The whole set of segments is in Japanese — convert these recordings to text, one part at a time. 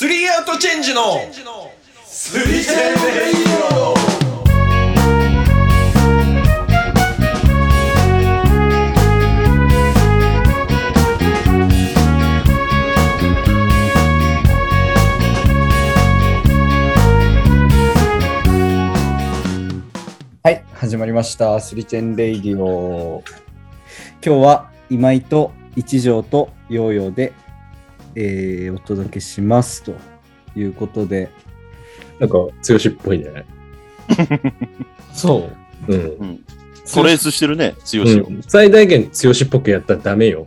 ートチェンジの推薦レイディオはい、始まりました。スリチェンレイディオ。今日は今井と一条とヨーヨーで、えーお届けしますということで、なんか、剛っぽいね。 そう。うん。うん。トレースしてるね、強しを。うん最大限剛っぽくやったらダメよ。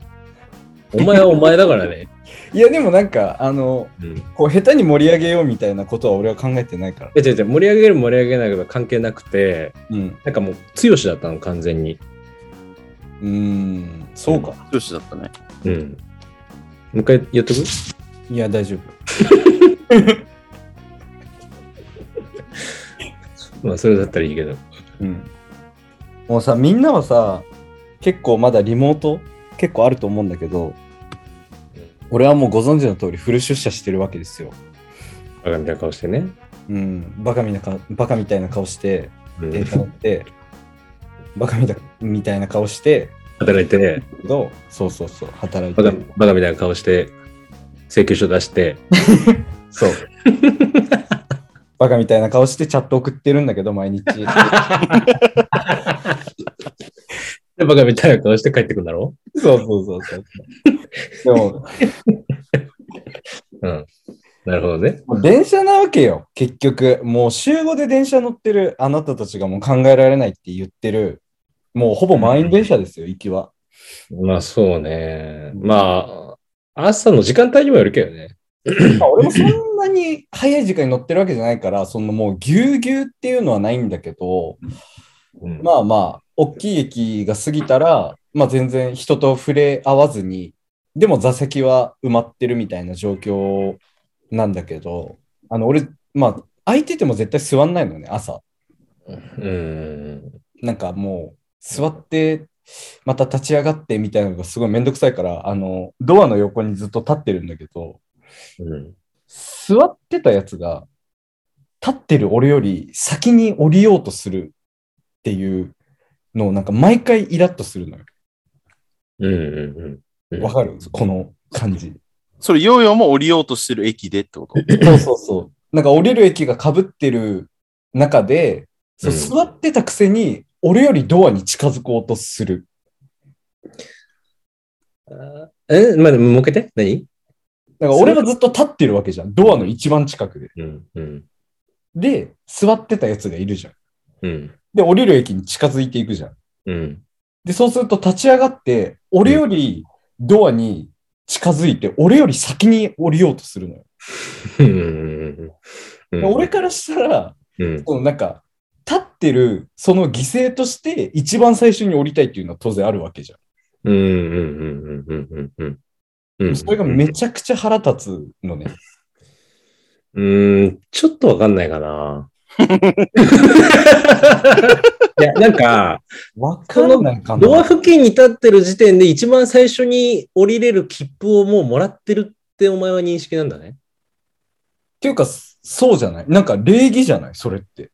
お前はお前だから ね。いや、でもなんか、あの、うん。こう下手に盛り上げようみたいなことは俺は考えてないから。え、違う違う、盛り上げる盛り上げないとか関係なくて、うん。なんかもう、剛だったの、完全に。うーん、そうか。強しだったね。うん。もう一回やっとくいや、大丈夫。まあ、それだったらいいけど。うん。もうさ、みんなはさ、結構まだリモート結構あると思うんだけど、俺はもうご存知の通りフル出社してるわけですよ。バカみたいな顔してね。うん、バカみなかバカみたいな顔して、うんデー タ乗って、バカみたみたいな顔して、働いて、けどそうそうそう、働いてバカる。バカみたいな顔して、請求書 出して、そう。バカみたいな顔してチャット送ってるんだけど、毎 日。でバカみたいな顔して帰ってくんだろそうそうそうそう。でも、うん。なるほどね。もう電車なわけよ、結局。もう週5で電車乗ってるあなたたちがもう考えられないって言ってる、もうほぼ満員電車ですよ、行きは。まあそうね。まあ、朝の時間帯にもよるけどね。まあ、俺もそんなに早い時間に乗ってるわけじゃないから、そのもうぎゅうぎゅうっていうのはないんだけど、あ、まあまあ、大きい駅が過ぎたら、まあ全然人と触れ合わずに、でも座席は埋まってるみたいな状況なんだけど、あの、俺、まあ、空いてても絶対座んないのね、朝。うん。なんかもう、座って、また立ち上がってみたいなのがすごいめんどくさいから、あの、ドアの横にずっと立ってるんだけど、うん。座ってたやつが、立ってる俺より先に降りようとするっていうのを、なんか毎回イラッとするのよ。うんうんうん。わかるこの感じ。それ、ヨーヨーも降りようとしてる駅でって ことそうそうそう。なんか降りる駅が被ってる中で、そううん座ってたくせに、俺よりドアに近づこうとする。あーえ、まあ、でももう一回言って。何だから俺はずっと立ってるわけじゃん。ドアの一番近くで。うんうん。で、座ってたやつがいるじゃん。うん。で、降りる駅に近づいていくじゃん。うん。で、そうすると立ち上がって、俺よりドアに近づいて、俺より先に降りようとするのよ。うんうんうでん。俺からしたら、うん。そのなんか、立ってる、その犠牲として、一番最初に降りたいっていうのは当然あるわけじゃん。うんうんうんうんうんうんうんうん。それがめちゃくちゃ腹立つのね。うん、ちょっとわかんないかな。いや、なんか、わからないかドアな。付近に立ってる時点で一番最初に降りれる切符をもうもらってるってお前は認識なんだね。っていうか、そうじゃないなんか礼儀じゃないそれって。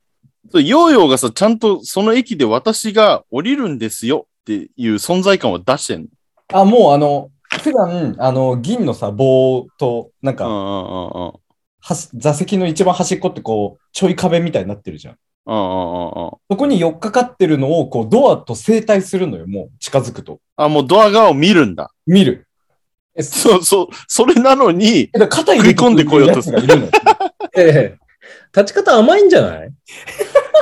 それ、ヨーヨーがさ、ちゃんとその駅で私が降りるんですよっていう存在感を出してんあ、もうあの、普段、あの、銀のさ、棒と、なんか、の。はし座席の一番端っこってこう、ちょい壁みたいになってるじゃん。うんうんうんうんうんうんうん。そこに寄っかかってるのを、こう、ドアと整体するのよ、もう、近づくと。あ、もうドア側を見るんだ。見る。そうそう。それなのに、 えだから肩食い込んでこようとすするるやつがいるのよ。ええ。立ち方甘いんじゃない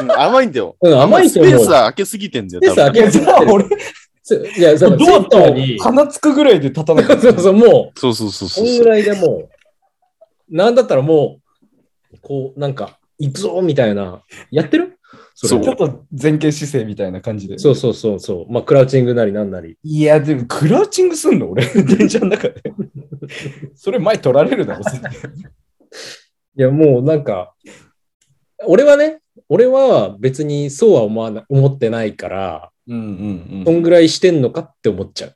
うん甘いんだよ。うん、甘いスとペ思う。ースは開けすぎてんだよ。スペース いや、じ開ゃあ俺、スいや、ドそのアセットとに、鼻つくぐらいで立たなきゃいけ そない。うそう、もそうそうそうう、こそうんぐそう。らいでもう、なんだったらもう、こう、なんか、行くぞみたいな、やってるそれちょっと前傾姿勢みたいな感じで。そうそうそうそう。まあ、クラウチングなりなんなり。いや、でも、クラウチングすんの俺、 電車の中で。それ前取られるだろ、絶対いや、もうなんか、俺はね、俺は別にそうは思わな思ってないから、うんうんこんぐらいしてんのかって思っちゃう。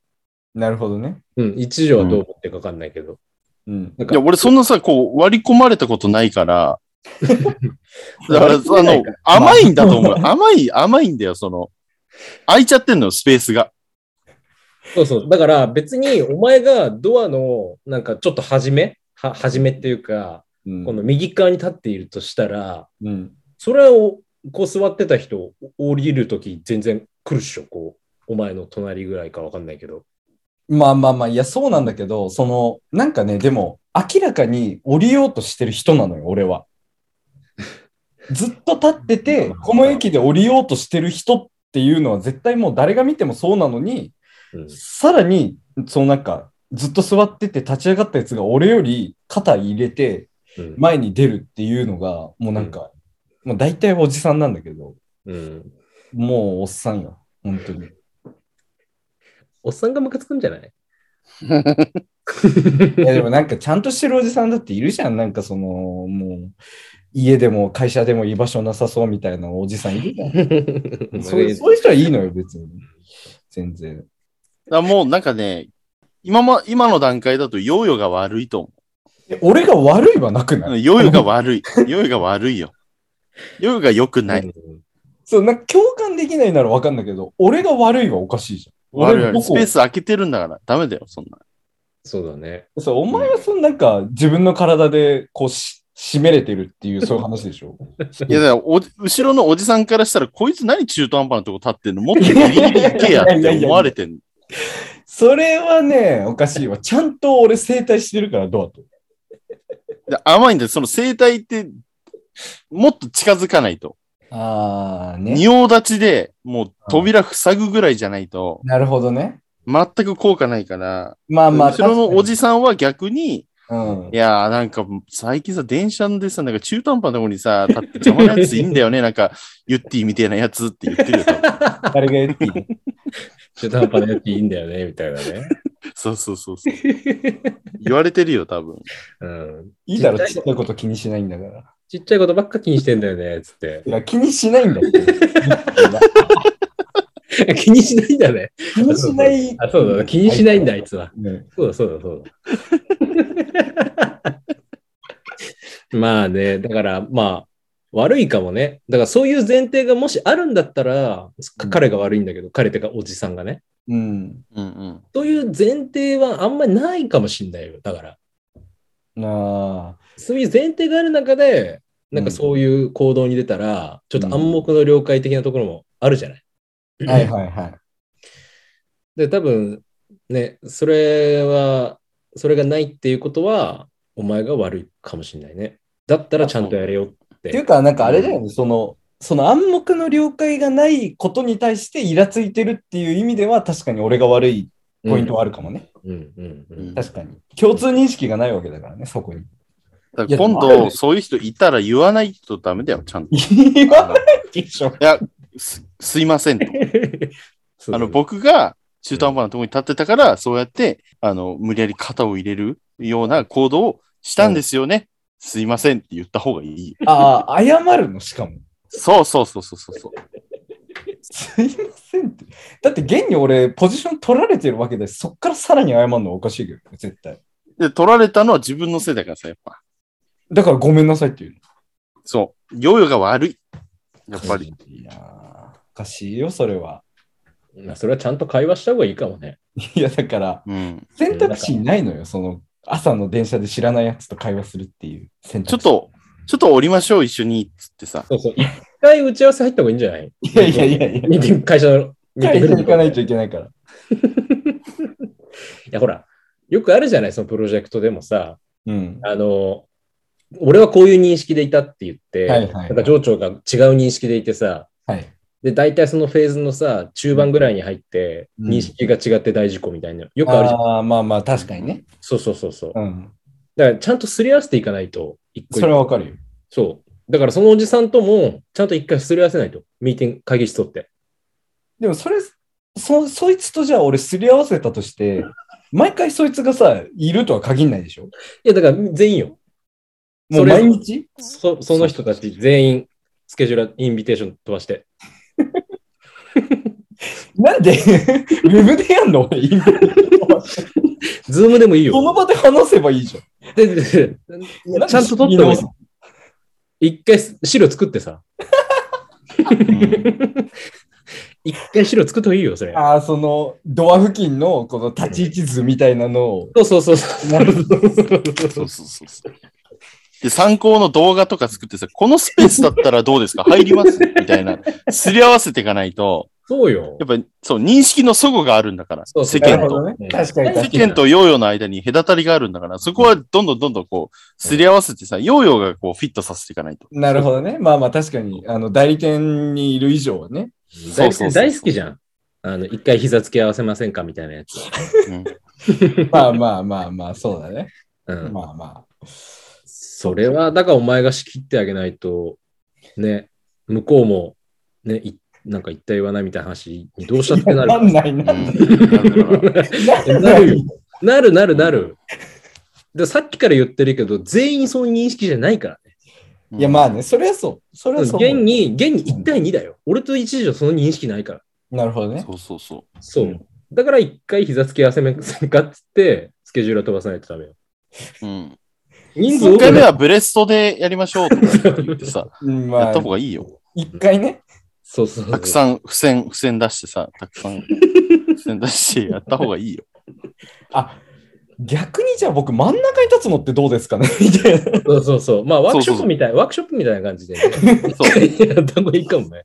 なるほどね。うん、一条はどう思ってるかわかんないけど。うん。なんいかや、俺そんなさ、こう、割り込まれたことない から、だから、あ割り込めないのから、甘いんだと思う。甘い、甘いんだよ、その、空いちゃってんのよ、スペースが。そうそう。だから別にお前がドアのなんかちょっと端めは端めっていうか、うんこの右側に立っているとしたら、うん。それをこう座ってた人お降りるとき全然来るっしょ、こう。お前の隣ぐらいかわかんないけど。まあまあまあ、いや、そうなんだけど、その、なんかね、でも、明らかに降りようとしてる人なのよ、俺は。ずっと立ってて、この駅で降りようとしてる人っていうのは、絶対もう誰が見てもそうなのに、うん、さらに、そのなんか、ずっと座ってて立ち上がったやつが俺より肩入れてうん前に出るっていうのが、もうなんか、もう大体おじさんなんだけど、うん。もうおっさんよ、本当に。おっさんがムカつくんじゃないいやでもなんかちゃんとしてるおじさんだっているじゃん。なんかその、もう、家でも会社でも居場所なさそうみたいなおじさんいるじゃん。 そういうそういう人はいいのよ、別に。全然。だからもうなんかね、今ま、今の段階だと、ヨーヨーが悪いと思え俺が悪いはなくうない、うん。ヨーヨーが悪い。ヨーヨーが悪いよ。ヨーヨーが良くない。そう、なんか共感できないならわかんないけど、俺が悪いはおかしいじゃん。悪俺い。のスこペース空けてるんだから、ダメだよ、そんな。そうだね。そう、お前はそのなんか自分の体でこうし、締めれてるって いう、そういう話でしょ。 いや、だからお、後ろのおじさんからしたら、こいつ何中途半端なとこ立ってんのもっとギリギリ行けやって思われてんの。それはね、おかしいわ。ちゃんと俺整体してるから、どうと。で甘いんだよ、その生態って、もっと近づかないと。ああ、ね。仁王立ちで、もう扉塞ぐぐらいじゃないと、なるほどね。全く効果ないから、まあまあ、後ろのおじささんは逆に、うんい。やーなんか最近さ、電車でさ、なんか中途半端なとこにさ、立って邪魔なやついいんだ よね、なんか、ユッティみたいなやつって言ってるよ。多分誰が言っていい中途半端なやついいんだよね、みたいなね。そうそうそう そう。言われてるよ、多分。うん。いいだろ、ちっちゃいこと気にしないんだから。ちっちゃいことばっか気にしてんだよね、つってい。や、気にしないんだよ。 気にしないんだね。気にしない。あ、そうだ、気にしないんだ、あいつは。ねそうだ、そうだ、そう だ。まあね、だから、まあ、悪いかもね。だから、そういう前提がもしあるんだったら、か彼が悪いんだけど、彼ってか、おじさんがね。うん。うんうん。そういう前提はあんまりないかもしんないよ。だから、なあ。そういう前提がある中で、なんかそういう行動に出たら、ちょっと暗黙の了解的なところもあるじゃない。はいはいはい。で、多分、ね、それは、それがないっていうことは、お前が悪いかもしれないね。だったらちゃんとやれよ。っていうか、なんかあれだよね、その、その暗黙の了解がないことに対してイラついてるっていう意味では、確かに俺が悪いポイントはあるかもね。うんうんうん。確かに。共通認識がないわけだからね、そこに。だいやでから今もあるよ度、そういう人いたら言わないとダメだよ、ちゃんと。言わないでしょ。すすいませんと。 そうあの、僕が中途半端なところに立ってたから、そうやって、あの、無理やり肩を入れるような行動をしたんですよね。すいませんって言った方がいい。ああ、謝るの、しかも。そうそうそうそうそうそう。すいませんって。だって現に俺、ポジション取られてるわけで、そっからさらに謝るのはおかしいけど、絶対。で、取られたのは自分のせいだからさ、やっぱ。だからごめんなさいって言うそう。ヨーヨーが悪い。の。やっぱり。。いやー、おかしいよ、それは。まあそれはちゃんと会話した方がいいかもね。いや、だから、うん。選択肢ないのよ、その、朝の電車で知らないやつと会話するっていう選ち択ょっ肢。と、ちょっと降りましょう、一緒に。つってさ。そうそう。一回打ち合わせ入った方がいいんじゃないいやいやいやいや、ミーティング会社のミーティ会ン社グルーにム行かないといけないから。いや、ほら、よくあるじゃない、そのプロジェクトでもさ、うん。あの、俺はこういう認識でいたって言って、はいはいはいなんか上長が違う認識でいてさ、はい。で、大体そのフェーズのさ、中盤ぐらいに入って、うん認識が違って大事故みたいな、よくあるじゃん。ああー、まあまあ、確かにね。そうそうそうそう。うん。だから、ちゃんとすり合わせていかないと、一個一個それはわかるよ。そう。だから、そのおじさんとも、ちゃんと一回すり合わせないと、ミーティング、会議室取って。でもそれ、そ、そいつとじゃあ俺すり合わせたとして、毎回そいつがさ、いるとは限んないでしょいや、だから、全員よ。もうそれ毎日そその人たち全員、スケジュール、インビテーション飛ばして。なんで、 ウェブでやんの今ズームでもいいそのよ。場で話せばいいじゃでででん。ちゃんと撮ってなもんで仕切り直いいす一回資料作ってさ。一回資料作ってもいいよ、それ。ああ、その、ドア付近のこの立ち位置図みたいなのを。そうそうそうそう。なるほそうそうそうそう。で、参考の動画とか作ってさ、このスペースだったらどうですか入りますみたいな。すり合わせていかないと、そうよや。っぱり、そう、認識の齟齬があるんだから、そうそう世な間るほと。どねうん。確かに世確かに。間とヨーヨーの間に隔たりがあるんだから、そこはどんどんどんどんこう、すり合わせてさ、ヨーヨーがこう、フィットさせていかないと。なるほどね。まあまあ確かに、あの、代理店にいる以上は ね。そ大うそうそう大好きじゃん。あの、一回膝つき合わせませんかみたいなやつ。うんまあまあまあまあ、そうだね。うん。まあまあ。それは、だからお前が仕切ってあげないと、ね、向こうも、ね、いなんか言った言わないみたいな話にどうしたってななる。んないなうんない。 んなるよ。なるなるなる。でさっきから言ってるけど、全員そういう認識じゃないからね。いやまあね、それはそう。それはそう。現に、現に1対2だよ。俺と一時はその認識ないから。なるほどね。そうそうそう。そうう。だから一回膝つき合わせめせんかっつって、スケジュールは飛ばさないとダメよ。うん。人数多1く回目ないはブレストでやりましょうとか言ってさ、うんやまっあた、方がいいよ。一回ね。そうそうそう。たくさん付箋、 付箋出してさ、たくさん 付箋出してやった方がいいよ。あ、逆にじゃあ僕真ん中に立つのってどうですかねみたいな。そうそうそう。まあ、ワークショッそプうそうそうみたい、ワークショップみたいな感じでね。そう。 やった方がいいかもね。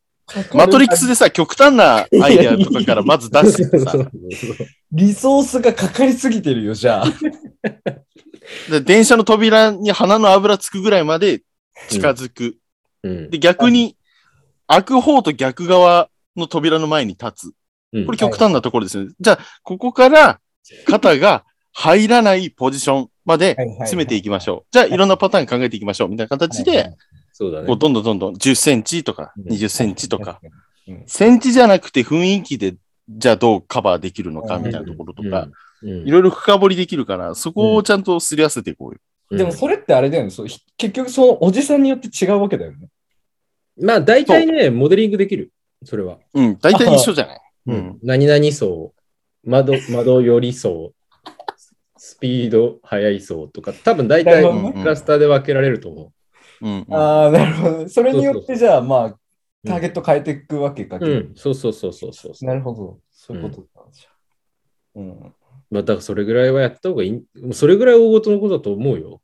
マトリックスでさ、極端なアイデアとかからまず出してってさそう、そうそうリソースがかかりすぎてるよ、じゃあ。で電車の扉に鼻の油つくぐらいまで近づく。うんで、逆に、開く方と逆側の扉の前にう立つ。んこれ極端なところですよね。じゃあ、ここから肩が入らないポジションまで詰めていきましょう。じゃあ、いろんなパターン考えていきましょう。みたいな形はいで、そうだねこう。どんどんどんどん10センチとかうん20センチとか、。うんセンチじゃなくて雰囲気で、じゃあどうカバーできるのかみたいなところとか、うん、うんいろいろ深掘りできるから、そこをちゃんとすり合わせていこうよ。うんでもそれってあれだよね。そうひ結局そのおじさんによって違うわけだよね。まあ、大体ね、モデリングできる。それは。うん、大体一緒じゃないうん。何々層、窓、窓寄り層、スピード速い層とか、多分大な体るほどねクラスターで分けられると思うん。うんああ、なるほど。それによそうっそうそてうじゃあまあ、う。ターゲット変えていくわけか。うん、うん、そうそうそうそうそう。なるほど。そういうことなんじゃ。うん。まあ、だからそれぐらいはやった方がいい。もうそれぐらい大事のことだと思うよ。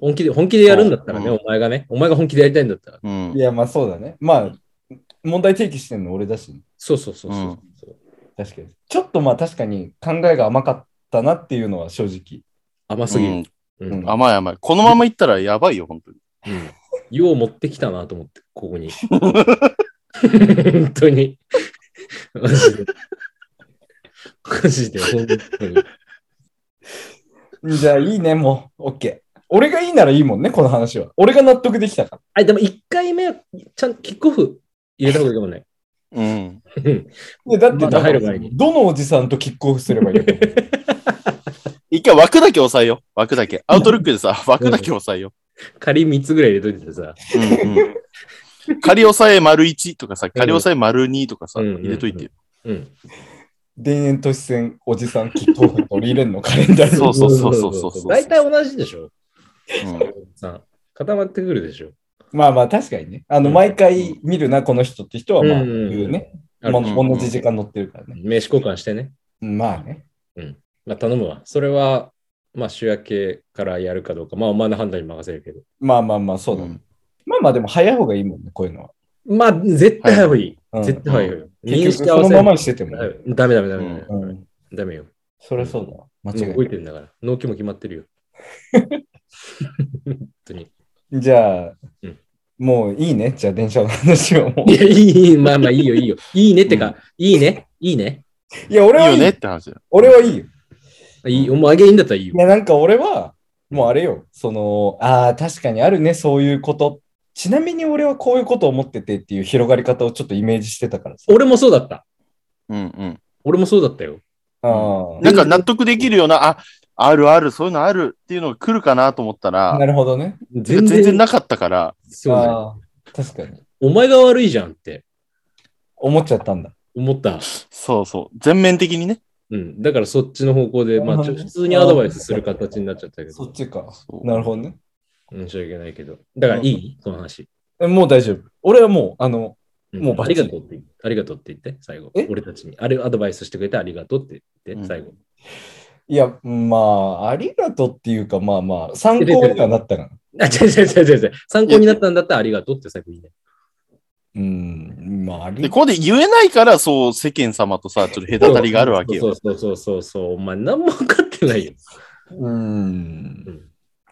本気で、本気でやるんだったらね、そううんお前がね、お前が本気でやりたいんだったら。うんい。や、まあそうだね。まあ、問題提起してんの俺だし、そうそうそうそうそう、確かに。ちょっとまあ確かに考えが甘かったなっていうのは正直。甘すぎうる。んうん。うん甘い甘い。このままいったらやばいよ、本当に。うんよう持ってきたなと思って、こ こに。本当に。マジで。マジで、本当に。じゃあいいね、もう。OK。俺がいいならいいもんね、この話は。俺が納得できたかあ、でも1回目は、ちゃんとキックオフ入れた方がいいかもね。うん。うんら。でだって、まだ入るだから前にどのおじさんとキックオフすればいい のか一回枠だけ押さえよ。枠だけ。アウトルックでさ、枠だけ押さえよ。仮3つぐらい入れといてさ。うんうん。仮押さえ丸1とかさ、仮押さえ丸2とかさ、うん入れといてよ。うん。田園都市線おじさんキックオフ取り入れんのカレンダーにそうそうそうそうそうそう。大体同じでしょ。うんさ固まってくるでしょ。まあまあ確かにね。あの、うん毎回見るな、この人って人は、まあ、うんうんうん言うね。あるもうん同じ時間乗ってるからね。名刺交換してね。まあね。まあ、頼むわ。それは、まあ、週明けからやるかどうか、まあ、お前の判断に任せるけど。まあまあまあ、そうだね。まあまあ、でも早い方がいいもんね、こういうのは。まあ、絶対早うんい。絶対早いよ。認結識局そ合わのせるままにしててもね。ダメダメダメダメ。うん。ダメよ。それそうだ。間違いもなう動いい。てるんだから。納期も決まってる よ。本当に。じゃあうん、もういいね。じゃあ、電車の話はもうい。や、いいいい、まあまあいいよ、いいよ。いいねってか、いいね、いいね。いや、俺いいはいよいねよっ。て話だよ。俺はいいよ。いい、お前あげいいんだったらいいいよ。や、なんか俺は、もうあれよ。その、ああ、確かにあるね、そういうこと。ちなみに俺はこういうことを思っててっていう広がり方をちょっとイメージしてたからさ。俺もそうだった。うんうん。俺もそうだったよ。あーなんか納得できるような、あ、あるある、そういうのあるっていうのが来るかなと思ったらな、るほどね。全全然然なかったから、そうだよあー確かに。お前が悪いじゃんって。思っちゃったんだ。思った。そうそう。全面的にね。うん。だからそっちの方向で、まあ、ちょ普通にアドバイスする形になっちゃったけそっど、ちかそ。うなるほどね。申し訳ないけど。だからいいこの話。えもう大丈夫。俺はもう、あの、んもうバあッりチリがとうって言って、ありがとうって言って、最後え。俺たちに。あれ、アドバイスしてくれてありがとうって言っうて、ん最後。 いや、まあ、ありがとうっていうか、まあまあ、参考にはなったな。あ、違う違う違う違う違う。参考になったんだったらありがとうって最後言いね。うん、まあ、ありで、ここで言えないから、そう、世間様とさ、ちょっと隔たりがあるわけよ。そうそうそうそうそう。お前、何も分かってないよ。うんうん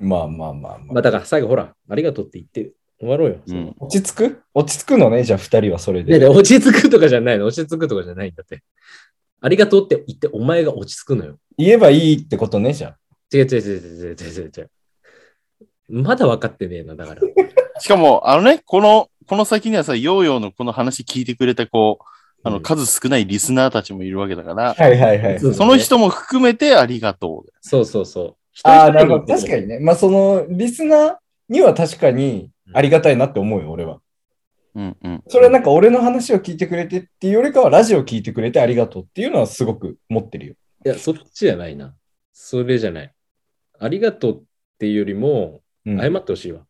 まあまあまあままあ。あ、だから最後、ほら、ありがとうって言って終わろうよ。うん。落ち着く落ち着くのね、じゃあ二人はそれねで。えねえ落ち着くとかじゃないの。落ち着くとかじゃないんだって。ありがとうって言って、お前が落ち着くのよ。言えばいいってことね、じゃあ。違う違う違う違う違う違う違う。まだ分かってねえな、だから。しかも、あのね、この、この先にはさ、ヨーヨーのこの話聞いてくれた、こう、あの、数少ないリスナーたちもいるわけだから、はいはいはい。そうその人も含めてありがとう。そうそうそう。ああ、なるほど。確かに。にね。まあ、その、リスナーには確かにありがたいなって思うよ、俺は。うんうん。それはなんか俺の話を聞いてくれてっていうよりかは、ラジオを聞いてくれてありがとうっていうのはすごく持ってるよ。いや、そっちじゃないな。それじゃない。ありがとうっていうよりも、うん謝ってほしいわ。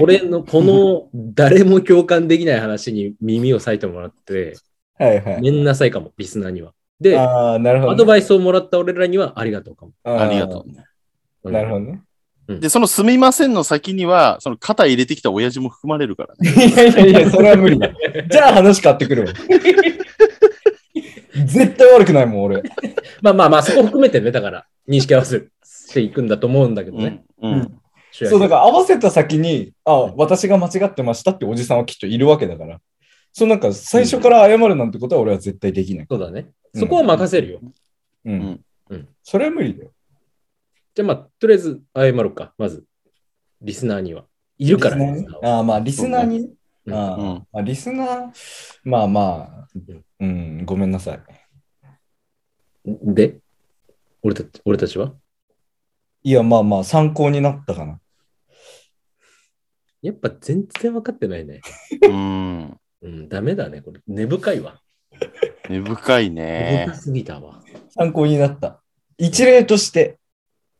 俺のこの誰も共感できない話に耳を割いても らって、はいはい。めんなさいかも、リスナーには。で、アああ、なるほどね、ドバイスをもらった俺らにはありがとうかも。ーありがとう。なるほどね。で、そのすみませんの先には、その肩入れてきた親父も含まれるからね。いやい やいや、それは無理だ。じゃあ話変わってくるわ。絶対悪くないもん、俺。 まあまあまあ、そこ含めてね、だから、認識合わせしていくんだと思うんだけどね。うん。うん。主役そう、だから合わせた先に、あ、私が間違ってましたっておじさんはきっといるわけだから。そうなんか最初から謝るなんてことは俺は絶対できない。そうだね。うんそこは任せるよ。うん。うんそれは無理だよ。じゃあまあ、とりあえず謝ろうか、まず。リスナーには。いるから、リスねナーに。あーまあ、リスナーにね。うんあーうんまあ、リスナー、まあまあ、うん、ごめんなさい。で、俺たち俺たちはいや、まあまあ、参考になったかな。やっぱ全然分かってないね。うん。うん、ダメだね、これ。根深いわ。根深い根ね 深。すぎたわ。参考になった。一例として、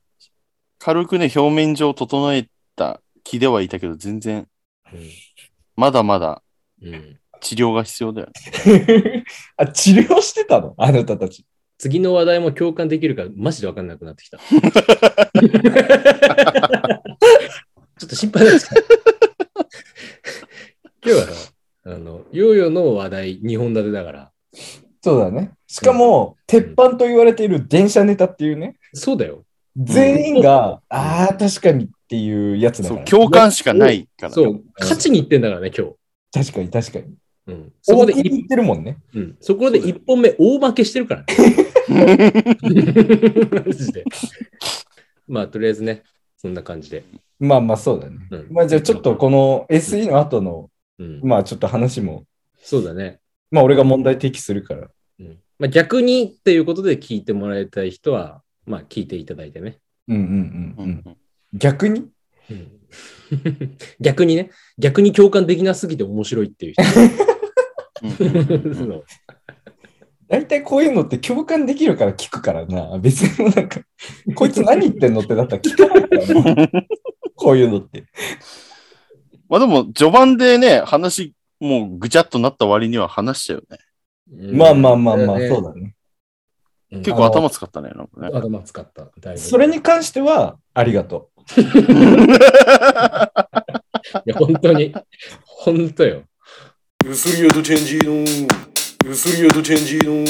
軽くね、表面上整えた気ではいたけど、全然、うまだまだんうん治療が必要だよね。あ、治療してたのあなたたち。次の話題も共感できるから、マジで分かんなく なってきた。ちょっと心配なんですけど。今日は、あの、ヨーヨーの話題、2本立てだから。そうだね。しかも、鉄板と言われている電車ネタっていうね、そうだよ。全員が、ああ、確かにっていうやつだかそらう、。共感しかないから。そう、勝ちにいってんだからね、今日。確かに確かに。うん、そそここでで一言ってるもんね。うん、そこで一本目大負けしてるからね。 マジで。まあ、とりあえずね、そんな感じで。まあまあ、そうだね。うんまあじゃあちょっとこの SE の後の、うん、まあちょっと話も、そうだね。まあ俺が問題提起するから。うんまあ、逆にっていうことで聞いてもらいたい人は、まあ、聞いていただいてね。うんうんううんうん。ん逆にうん 逆にね、逆に共感できなすぎて面白いっていううんうん人。そう大体こういうのって共感できるから聞くからな。別にもうなんか、こいつ何言ってんのってなったら聞かないからな。 こういうのって。まあでも、序盤でね、話、もうぐちゃっとなった割には話したよね。うんまあまあまあまあ、そうだだね。ね。結構頭使ったね、なんかうんね。頭使った。だいぶそれに関しては、ありがとう。いや、本当に。本当よ。 Usuriya do Tendino Usuriya do Tendino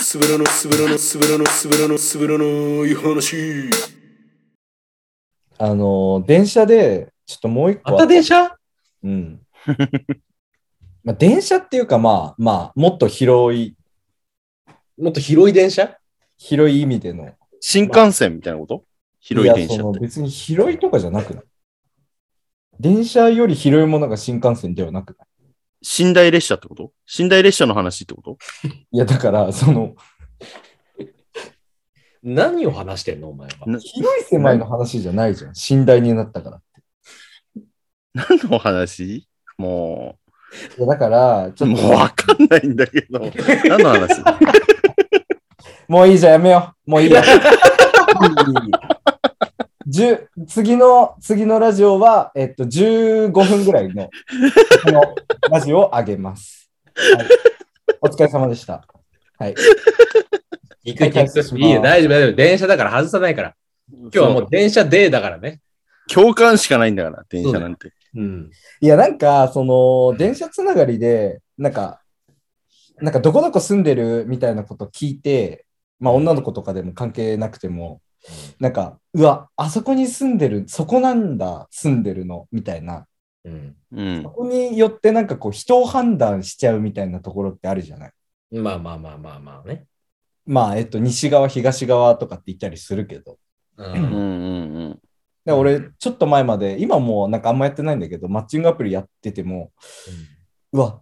Suverano, Suverano, Suverano, Suverano, Suverano, Yohanashi あの、電車で、ちょっともう一個あっ。車うん。 まあ、電車っていうか、まあまあ、もっと広い、もっと広い電車広い意味での。新幹線みたいなこと広い電や車そのって。別に広いとかじゃなくない電車より広いものが新幹線ではなくない寝台列車ってこと寝台列車の話ってこといや、だから、その、何を話してんのお前は。な広い狭いの話じゃないじゃん。寝台になったから。何の話もう、いやだから、ちょっもうと、わかんないんだけ ど。何の話もういいじゃん、やめよう。もういいよ。 じゅ次の、次のラジオは、えっと、15分ぐらいの、このラジオを上げます。はいお疲れ様でした。はい。行く行く。いいよ、大丈夫、大丈夫。電車だから外さないから。今今日はもう電車デーだからね。共感しかないんだから、電車なんて。うん。いや、なんか、その、電車つながりで、なんか、なんか、どこどこ住んでるみたいなこと聞いて、まあ、女の子とかでも関係なくても、なんか、うわ、あそこに住んでる、そこなんだ、住んでるの、みたいな。うん。うんそ。こによって、なんかこう、人を判断しちゃうみたいなところってあるじゃない。まあまあまあまあまあね。まあ、えっと、西側、東側とかって言ったりするけど。ううんん。うんうん。 で俺、ちょっと前まで、今もうなんかあんまやってないんだけど、マッチングアプリやってても、うわ、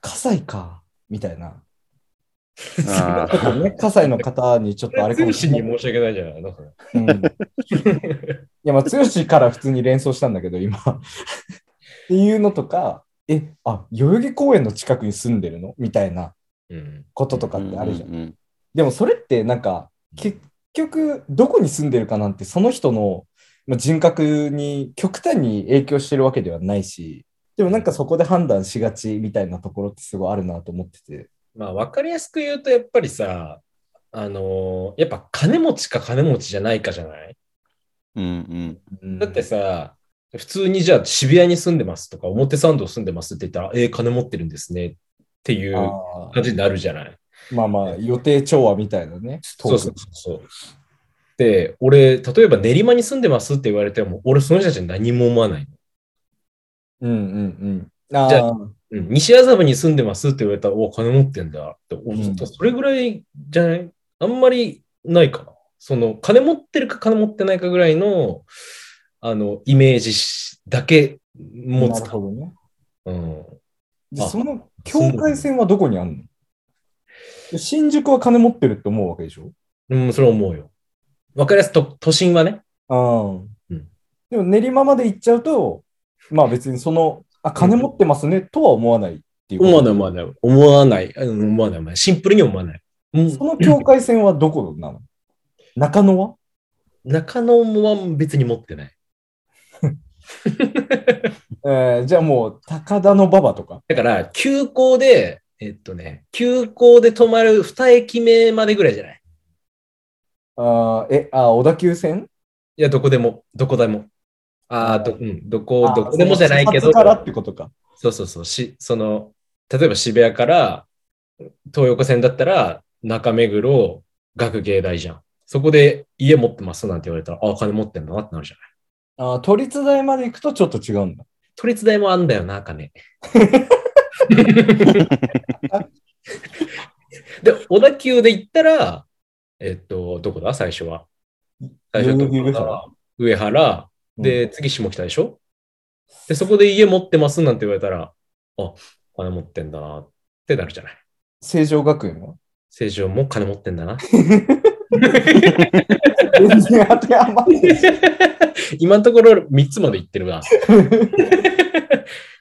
葛西か、みたいな。 あちょっ とね、葛西の方にちょっとあれかもしれない。申し訳ないじゃないの。うんい や、まあ、剛から普通に連想したんだけど、今。っていうのとか、え、あ、代々木公園の近くに住んでるのみたいなうん。こととかあってあるじゃん。ん。でもそれって、なんか、結局、どこに住んでるかなんて、その人のまあ人格に極端に影響してるわけではないし、でもなんかそこで判断しがちみたいなところってすごいあるなと思ってて。まあ、わかりやすく言うと、やっぱりさ、あのーやっぱ金持ちか金持ちじゃないかじゃないうんうん。うんだってさ、普通にじゃあ渋谷に住んでますとか、表参道住んでますって言ったら、えー金持ってるんですねっていうあー感じになるじゃない。まあまあ、予定調和みたいなね。そうそうそうそう。で、俺、例えば練馬に住んでますって言われても、俺その人たちに何も思わない。うんうんうん。あじゃあ、うん、西麻布に住んでますって言われたら、お金持ってんだって、うおんそれぐらいじゃないあんまりないかな。その、金持ってるか金持ってないかぐらいの、あの、イメージしだけ持なつるか。ほどね。うん。で、あその境界線はどこにあるの新宿は金持ってるって思うわけでしょうん、それは思うよ。わかりやすくと、都心はね。ああ、うんでも練馬まで行っちゃうと、まあ別にその、あ、金持ってますねとは思わないっていうこと。思わない、思わない。思わない。うん思わない思わない。シンプルに思わない。うんその境界線はどこなの中野は中野は別に持ってない。えーじゃあもう高田馬場とか。だから、急行で、えっとね、急行で止まる2駅目までぐらいじゃないあーえ、あー、小田急線いや、どこでも、どこでも。ああ、ど、うん、どこ、あーどこでもじゃないけその、始発どからってことか。そうそうそう、し、その、例えば渋谷から東横線だったら、中目黒、学芸大じゃん。そこで家持ってますなんて言われたら、ああ、金持ってんだなってなるじゃない。あー都立大まで行くとちょっと違うんだ。都立大もあんだよ な、金。で、小田急で行ったら、えっと、どこだ最初は。最初代ど々木こ上だ原。上原。で、次下北でしょで、そこで家持ってますなんて言われたら、あ、金持ってんだなってなるじゃない。成城学園は成城も金持ってんだな。全然当てはまんない。今のところ3つまで行って るな。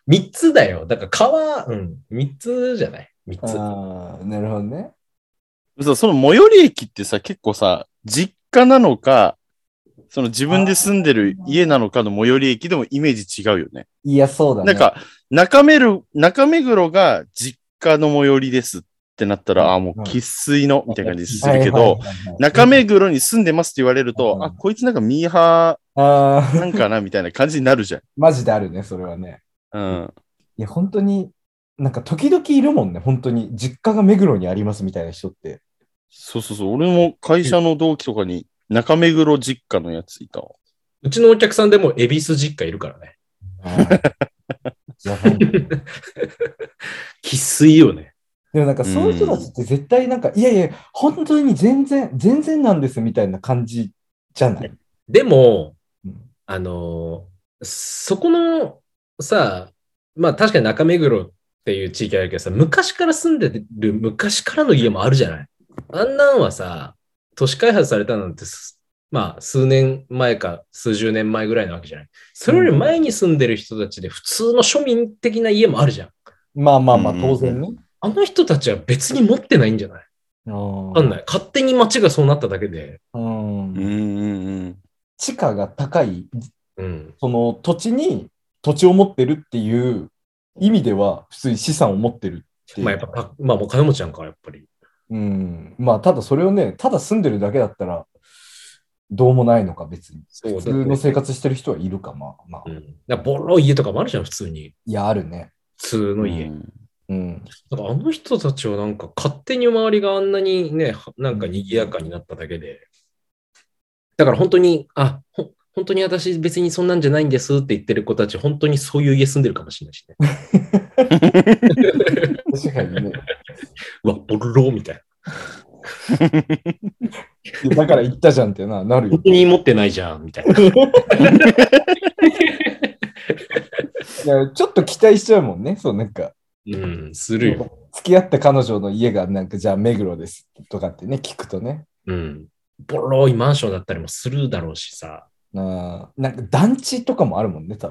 3つだよ。だから川、うん、3つじゃない。3つ。ああ、なるほどね。そうその最寄り駅ってさ、結構さ、実家なのか、その自分で住んでる家なのかの最寄り駅でもイメージ違うよね。いや、そうだね。なん、か、中目る中目黒が実家の最寄りですってなったら、ああ、もう喫水の、みたいな感じするけど、、中目黒に住んでますって言われると、うんあ、こいつなんかミーハああー、なんかな、みたいな感じになるじゃん。マジであるね、それはね。うん。いや、本当に、なんか時々いるもんね、本当に。実家が目黒にありますみたいな人って。そうそうそう。俺も会社の同期とかに中目黒実家のやついたわ。うちのお客さんでも恵比寿実家いるからね。 やばいね生粋よね。でもなんかそういう人たちって絶対なんか、いやいや、本当に全然、全然なんですみたいな感じじゃない。でも、うんあのーそこのさ、まあ確かに中目黒っていう地域あるけどさ、昔から住んでる昔からの家もあるじゃない。あんなんはさ、都市開発されたなんてす、まあ数年前か数十年前ぐらいなわけじゃない。それより前に住んでる人たちで普通の庶民的な家もあるじゃん。まあまあまあ、うん当然ね。あの人たちは別に持ってないんじゃないわわかんない。勝手に街がそうなっただけで。うんうんうんうん。地価が高い、うん。その土地に土地を持ってるっていう意味では、普通に資産を持ってるっていう。まあやっぱた、まあもう金持ちなんか、やっぱり。うん。まあ、ただそれをね、ただ住んでるだけだったら、どうもないのか、別に。そう普通の生活してる人はいるか、まあまあう。ん。だからボロい家とかもあるじゃん、普通に。いや、あるね。普通の家。うん うん。だからあの人たちはなんか勝手に周りがあんなにね、はなんか賑やかになっただけで。だから本当に、あ、ほ本当に私別にそんなんじゃないんですって言ってる子たち、本当にそういう家住んでるかもしれないしね。確かにね。うわ、ボロみたいな。いやだから言ったじゃんってな、なるよ本。当に持ってないじゃん、みたいな。いや、ちょっと期待しちゃうもんね。そう、なんか、うん、するよ。付き合った彼女の家が、なんか、じゃあ、目黒ですとかってね、聞くとね。うん。ボロいマンションだったりもするだろうしさ。あーなんか、団地とかもあるもんね、多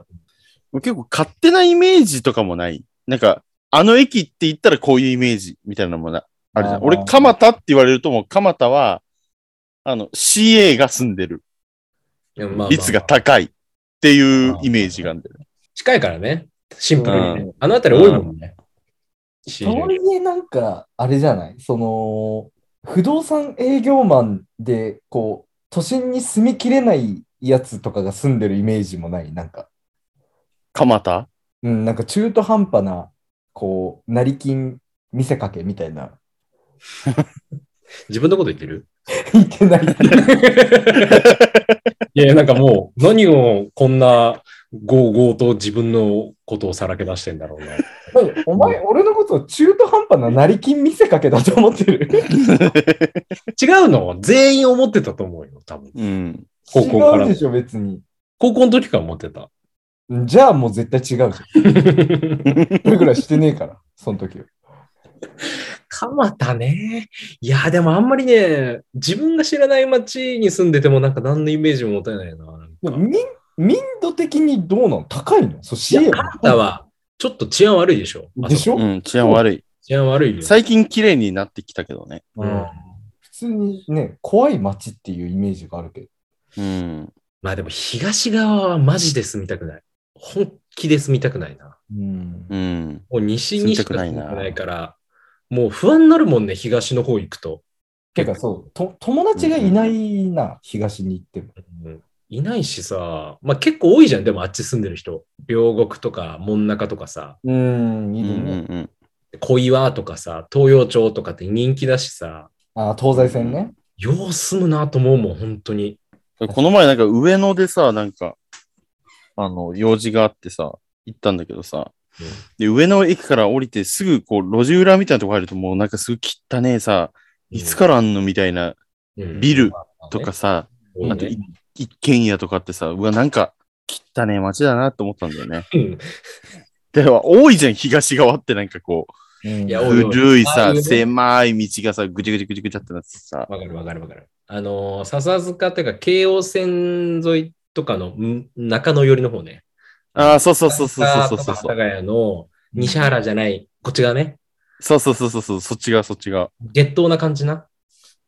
分。結構勝手なイメージとかもない。なんか、あの駅って言ったらこういうイメージみたいなのもな、あるじゃあん。ー俺、蒲田って言われるともう蒲田は、あの、CA が住んでる。いやまあまあ率が高いっていうイメージがあるんだよね。近いからね。シンプルにね、うあの辺り多いもんね。知とはいえ、なんか、あれじゃないその、不動産営業マンで、こう、都心に住みきれないやつとかが住んでるイメージもない。なんか、蒲田うん、なんか中途半端な、こう、成金見せかけみたいな。自分のこと言ってるいけない。 いや、なんかもう、何をこんな、ゴーゴーと自分のことをさらけ出してんだろうな。お前、俺のことを中途半端な成金見せかけだと思ってる。違うの全員思ってたと思うよ、多分。うん。高校から違うでしょ、別に。高校の時から思ってた。じゃあもう絶対違 うじゃん。それぐらいしてねえから、その時は。蒲田ね。いや、でもあんまりね、自分が知らない町に住んでても、なんか何のイメージも持たないな。なんでもか民民度的にどうなの高いのそう、い CA や蒲田は、ちょっと治安悪いでしょ。あでそこしょ、うん、治安悪い。治安悪いよ。最近綺麗になってきたけどね。うん普通にね、怖い街っていうイメージがあるけど。うん。まあでも、東側はマジで住みたくない。本気で住みたくないな。うん。うん。もう西にしか住住みみたくないなたくないから、もう不安になるもんね、東の方行くと。てかそうと、友達がいないな、東に行っても。うんいないしさ、まあ結構多いじゃん、でもあっち住んでる人。両国とか、門中とかさ、うん、いうんうるね。んうん。小岩とかさ、東洋町とかって人気だしさ、あ東西線ね。よう住むなと思うもん、本当に。この前なんか上野でさ、なんか、あの、用事があってさ、行ったんだけどさ、うんで、上野駅から降りてすぐこう、路地裏みたいなとこ入るともうなんかすぐ汚ねえさ、いつからあんのみたいなうんビルとかさ、うんあとい一軒家とかってさ、うわ、なんか汚ねえ街だなって思ったんだよね。うんでは多いじゃん、東側ってなんかこう、うんいや多い古いああいさう、ね狭い道がさ、ぐちゃぐちゃぐちゃぐちゃってなってさ、わかるわかるわかる。あのー、笹塚っていうか、京王線沿いとかのん中野寄りの方ね。ああ、そうそうそうそうそうとそか幡うそヶう。谷の西原じゃない、こっち側ね。そうそうそうそうそう、そっちがそっちが。ゲットな感じな。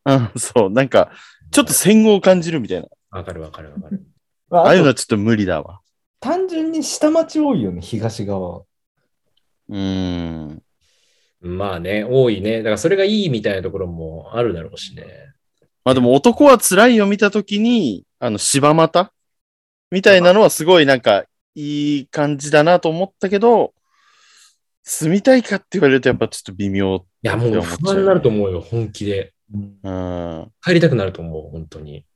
うん、そう、なんか、ちょっと戦後を感じるみたいな。わかるわかるわかる。まああああいうのとはちょっと無理だわ。単純に下町多いよね、東側は。うーん。まあね、多いね。だからそれがいいみたいなところもあるだろうしね。まあでも男は辛いよ見たときに、あの、柴又みたいなのはすごいなんか、いい感じだなと思ったけど、住みたいかって言われるとやっぱちょっと微妙。いや、もってう思っちゃうね不安になると思うよ、本気で。うん。帰りたくなると思う、本当に。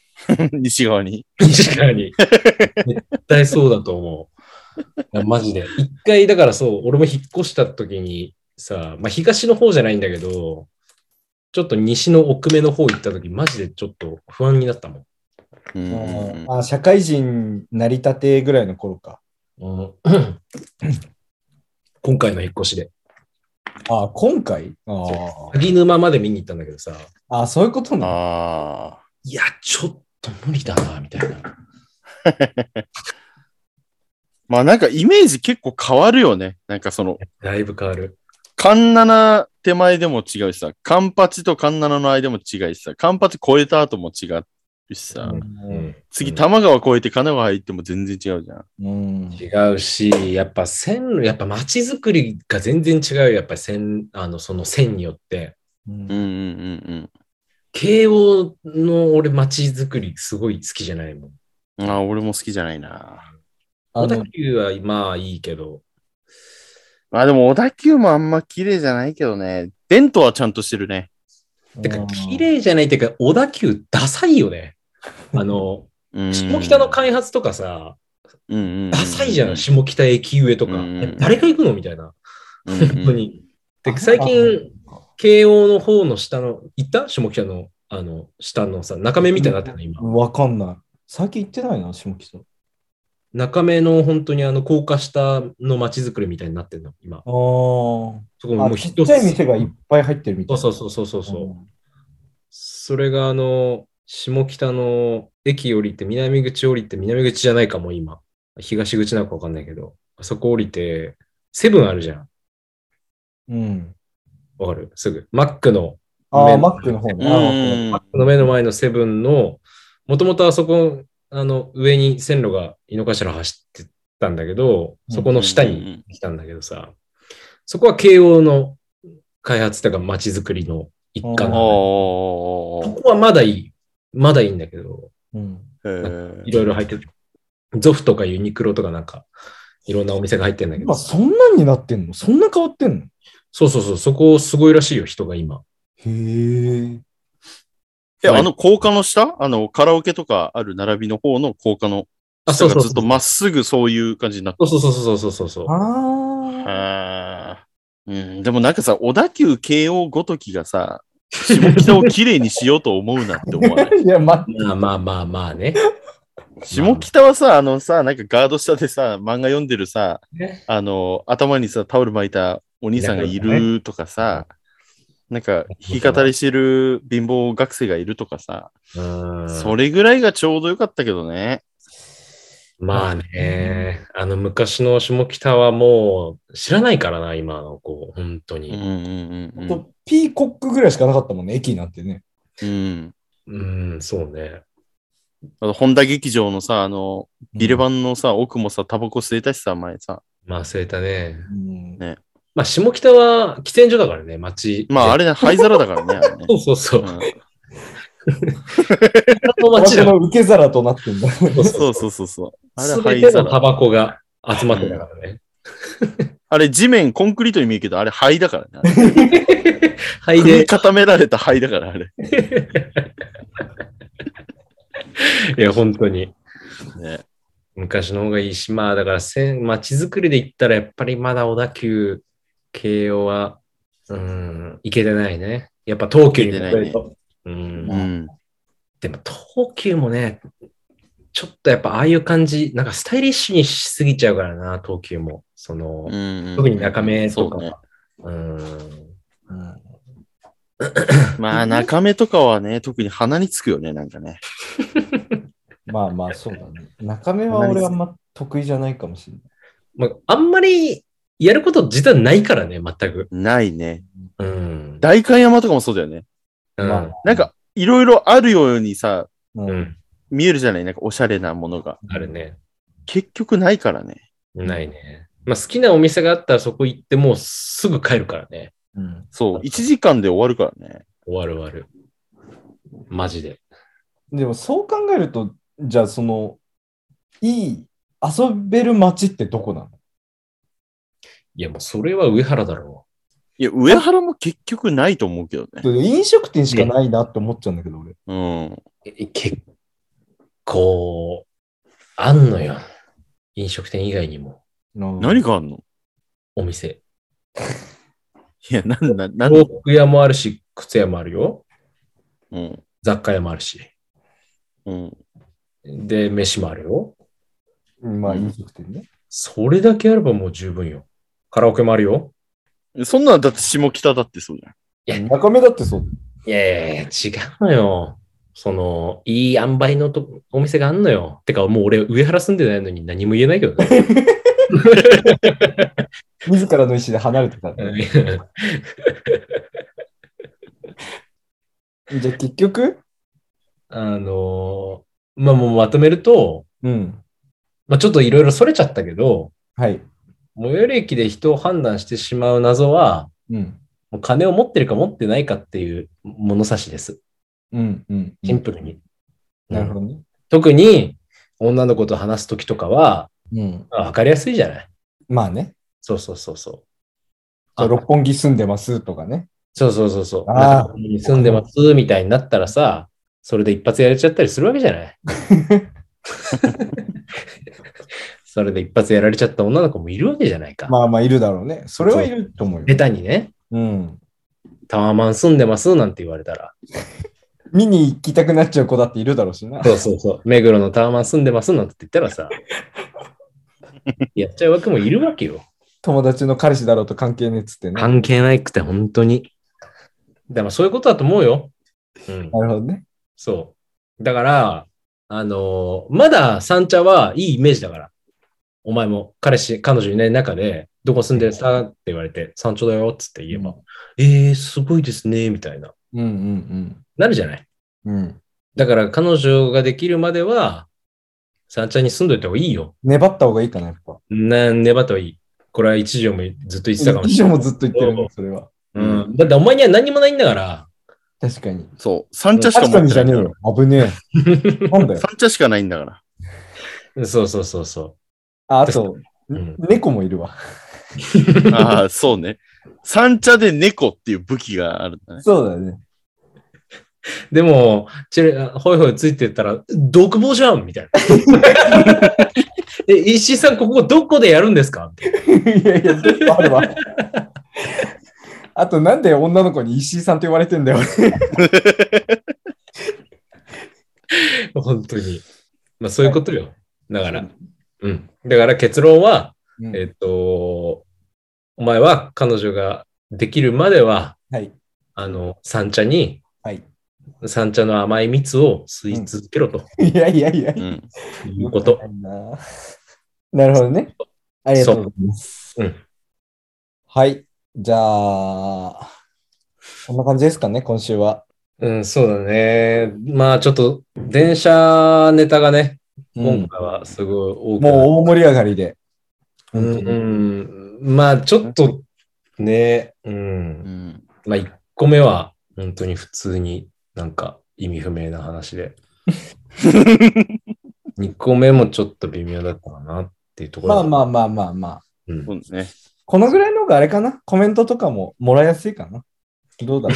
西側に。確かに。絶対そうだと思う。いやマジで。一回、だからそう、俺も引っ越した時にさ、まあ東の方じゃないんだけど、ちょっと西の奥目の方行った時、マジでちょっと不安になったもん。うんうんあ社会人なりたてぐらいの頃か。うん今回の引っ越しで。あ今回あ萩沼まで見に行ったんだけどさ、ああ、そういうことなのあいや、ちょっと無理だな、みたいな。まあなんかイメージ結構変わるよね。なんかその、だいぶ変わる。カンナナ手前でも違うしさ、カンパチとカンナナの間も違うしさ、カンパチ超えた後も違うしさ、うんうん次多摩川越えて神奈川入っても全然違うじゃん。うん。違うし、やっぱ線路、やっぱ街づくりが全然違うよ。やっぱ線、あの、その線によって。うんうんうんうん慶応の俺街づくりすごい好きじゃないもん。うん。ああ、俺も好きじゃないな。あ小田の、急はまあいいけど、まあでも小田急もあんま綺麗じゃないけどね。デントはちゃんとしてるね。てか綺麗じゃないっていうか小田急ダサいよね。あの、うん下北の開発とかさ、うんうんうんうんダサいじゃん、下北駅上とか。うんえ誰が行くのみたいな。うんうん本当に。うんで最近、慶応の方の下の、行った下北の、あの、下のさ、中目みたいになってるの、今。わかんない。最近行ってないな、下北。中目の本当にあの、高架下の街づくりみたいになってるの、今。あーそこもあ。もうちっ一つちゃい店がいっぱい入ってるみたいな。そうそうそうそうそう。ううんそれがあの、下北の駅降りて、南口降りて、南口じゃないかも今。東口なんかわかんないけど、あそこ降りて、セブンあるじゃん。うん。わかるすぐ。マックの、あ麺あ、マックの方うね。あーんマックの目の前のセブンの、もともとあそこ、あの、上に線路が井の頭走ってたんだけど、そこの下に来たんだけどさ、そこは慶応の開発とか街づくりの一環あこおーこはまだいい。まだいいんだけど、うん。へーいろいろ入ってる。ゾフとかユニクロとかなんか、いろんなお店が入ってるんだけど今、。そんなんになってんのそんな変わってんのそうそうそう、そこすごいらしいよ、人が今。へえ。え、あの高架の下あの、カラオケとかある並びの方の高架のあ、そ下うそがうずそっとう。まっすぐそういう感じになってそうそうそうそうそうそう。ああ。あーうん、でもなんかさ、小田急慶応ごときがさ、下北をきれいにしようと思うなって思わない。いや、ま、 まあまあまあまあね。下北はさ、あのさ、なんかガード下でさ、漫画読んでるさ、ねあの、頭にさ、タオル巻いたお兄さんがいるとかさ、なんか弾き語りしてる貧乏学生がいるとかさ、うんそれぐらいがちょうどよかったけどね。まあね、あの昔の下北はもう知らないからな、今の子、本当うんうに。んうんうんとピーコックぐらいしかなかったもんね、駅なんてね。うん。うん、そうね。あと、本田劇場のさ、あの、ビレバンのさ、奥もさ、タバコ吸えたしさ、前さ。まあ、忘れたね。うん。まあ、下北は喫煙所だからね、街。まあ、あれれね、灰皿だからね。あれ ねそうそうそう。あうの街私だかの受け皿となってんだ。んそうそうそうそう。あら、れすべ灰てのタ皿。バコが集まってたからね。あれ地面コンクリートに見えるけど、あれ灰だからねあれ。はい組みで、固められた灰だから、あれ。 いや、本当に。 ね。昔の方がいいし、まあだからせん、街づくりで言ったら、やっぱりまだ小田急、慶応は、うん、いけてないね。やっぱ東急に比べると。うんうん。でも東急もね、ちょっとやっぱああいう感じ、なんかスタイリッシュにしすぎちゃうからな、東急も。その、うん特に中目とそうねか。うん。うんまあ、中目とかはね、特に鼻につくよね、なんかね。まあまあ、そうだね。中目は俺あんま得意じゃないかもしれない。まあ、あんまりやること実はないからね、全く。ないね。うん。代官山とかもそうだよね。うんまあなんか、いろいろあるようにさ、う。うんん。見えるじゃないなんか、おしゃれなものが。あるね。結局ないからね。ないね。まあ、好きなお店があったらそこ行ってもうすぐ帰るからね。うんそう。1時間で終わるからね。終わる終わる。マジで。でもそう考えると、じゃあその、いい、遊べる街ってどこなのいや、もうそれは上原だろいや、上原も結局ないと思うけどね。飲食店しかないなって思っちゃうんだけど、俺。うん。う。え結構、あんのよ。飲食店以外にも、何何があんのお店。いや、なんだ、なんだ洋。服屋もあるし、靴屋もあるよ。うん。雑貨屋もあるし。うん。で、飯もあるよ。まあ飲食店ね。それだけあればもう十分よ。カラオケもあるよ。そんなんだって下北だってそうじゃうん。ん中目だってそういやいやいや、違うのよ。その、いい塩梅のとお店があんのよ。てか、もう俺、上原住んでないのに何も言えないけどね。自らの意思で離れてたんだ。じゃあ結局、 あのーまあもうまとめると、うん。まあちょっといろいろそれちゃったけど、はい。最寄り駅で人を判断してしまう謎は、うん。もう金を持ってるか持ってないかっていう物差しです。うん。うん。シンプルに。なるほどね。特に、女の子と話すときとかは、うん。わかりやすいじゃないまあね。そうそうそうそう。じゃあ六本木住んでますとかね。そうそうそうそう。あー中野に住んでますみたいになったらさ、それで一発やれちゃったりするわけじ ゃないそれで一発やられちゃった女の子もいるわけじゃないか。まあまあいるだろうね。それはいると思うベよ。タにね、うん。タワマン住んでますなんて言われたら、見に行きたくなっちゃう子だっているだろうしな。そうそうそう、目黒のタワマン住んでますなんて言った らさ、やっちゃうわけもいるわけよ。友達の彼氏だろうと関係ねえっつってね。なる関係ないくて、本当に。でもそういうことだと思うよ。うん。ほどね。そう。だから、あのーまだ三茶はいいイメージだから。お前も彼氏、彼女いない中で、どこ住んでたって言われて、山頂だよっつって言えば、えー、すごいですね、みたいな。うんうんなるじゃない。うん。うん。だから彼女ができるまでは、三茶に住んどいた方がいいよ。粘った方がいいかな、やっぱ。な粘った方がいい。これは一条もずっと言ってたかも以しれ上ない。もずっと言ってるね、それは。うん。だってお前には何もないんだから、確かに。そう。三茶しか確持かっにてじゃないんねえだよ。から危ね え。なんだよ。三茶しかないんだ から。そうそうそうそあ、あと、うん猫もいるわ。ああ、そうね。三茶で猫っていう武器があるんだね。そうだね。う。でも、ちれ、ほいほいついてったら、独房じゃんみたいな。 え、石井さん、ここどこでやるんですかみたいなやいいや、全部あるわ。あと、なんで女の子に石井さんと呼ばれてんだよ。本当に。まあ、そういうことよ。だから、うん。だから結論は、うんえっと、お前は彼女ができるまでは、はい。あの、三茶に、はい。三茶の甘い蜜を吸い続けろといやいやいや。うん。いうこと。ななるほどね。ありがとうございます。そううんはい。じゃあ、こんな感じですかね、今週は。うん、そうだね。まあ、ちょっと、電車ネタがね、今回はすごい多くなもう大盛り上がりで。う本当にん、まあちょっとね、うん、うん。まあ1個目は本当に普通になんか意味不明な話 で、2個目もちょっと微妙だったかなっていうところまあまあ、あまあまあまあ。うんそうですね。このぐらいの方があれかなコメントとかももらいやすいかなどうだろ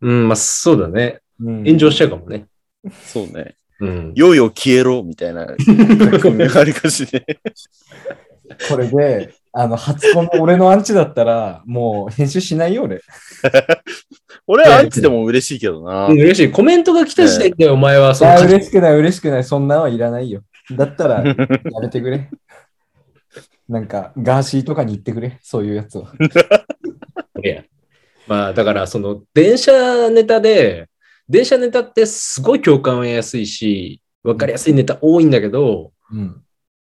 うん、まあそうだね。う、うん炎上しちゃうかもね。そうね。 うん。よいよ消えろ みたいな。ありかしね。これで、あの、初コメ俺のアンチだったら、もう編集しないよ、俺。俺はアンチでも嬉しいけどなうん。嬉しい。コメントが来た時点でお前はそのあ、嬉しくない、嬉しくない、そんなんはいらないよ。だったら、やめてくれ。 なんか、ガーシーとかに言ってくれ、そういうやつを。いやまあだからその電車ネタで、電車ネタってすごい共感を得やすいし、わかりやすいネタ多いんだけど、うん。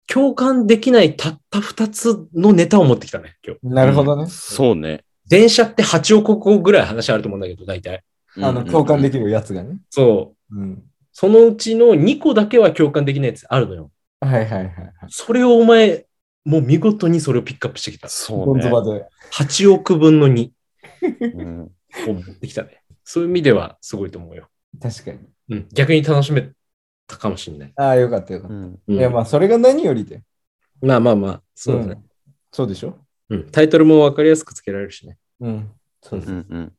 共感できないたった2つのネタを持ってきたね、今日。なるほどね。そうね。電車って8億個ぐらい話あると思うんだけど、大体。あの、共感でききるやつがね。そう。うん。そのうちの2個だけは共感できないやつあるのよ。はいはいはいはい。それをお前、もう見事にそれをピックアップしてきた。そどうんずね。ばで。 8億分の2うんを持ってきたね。そういう意味ではすごいと思うよ。確かに。うん。逆に楽しめたかもしれない。ああ、よかったよかっうんうた。んいや、まあ、それが何よりで。まあまあまあ、そうだね。んそうでしょうん、タイトルも分かりやすくつけられるしね。うん。そうですう。んうん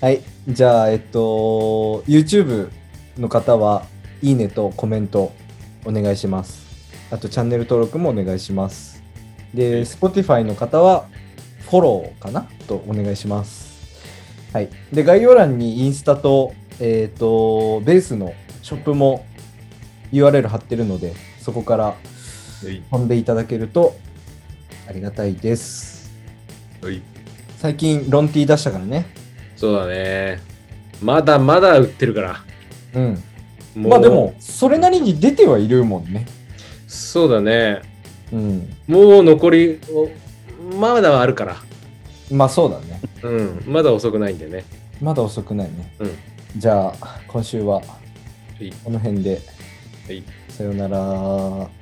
はい。じゃあ、えっと、YouTube の方は、いいねとコメントお願いします。あと、チャンネル登録もお願いします。で、Spotify の方は、フォローかなとお願いします。はい。で、概要欄にインスタと、えっ、と、ベースのショップも URL 貼ってるので、そこから飛んでいただけるとありがたいです。最近、ロンティー出したからね。そうだね。まだまだ売ってるから。うん。うまあでも、それなりに出てはいるもんね。そうだね。うん。もう残り、おまだはあるから。まあそうだね。うん。まだ遅くないんでね。まだ遅くないね。うんじゃあ、今週はいこの辺で。はいさようなら。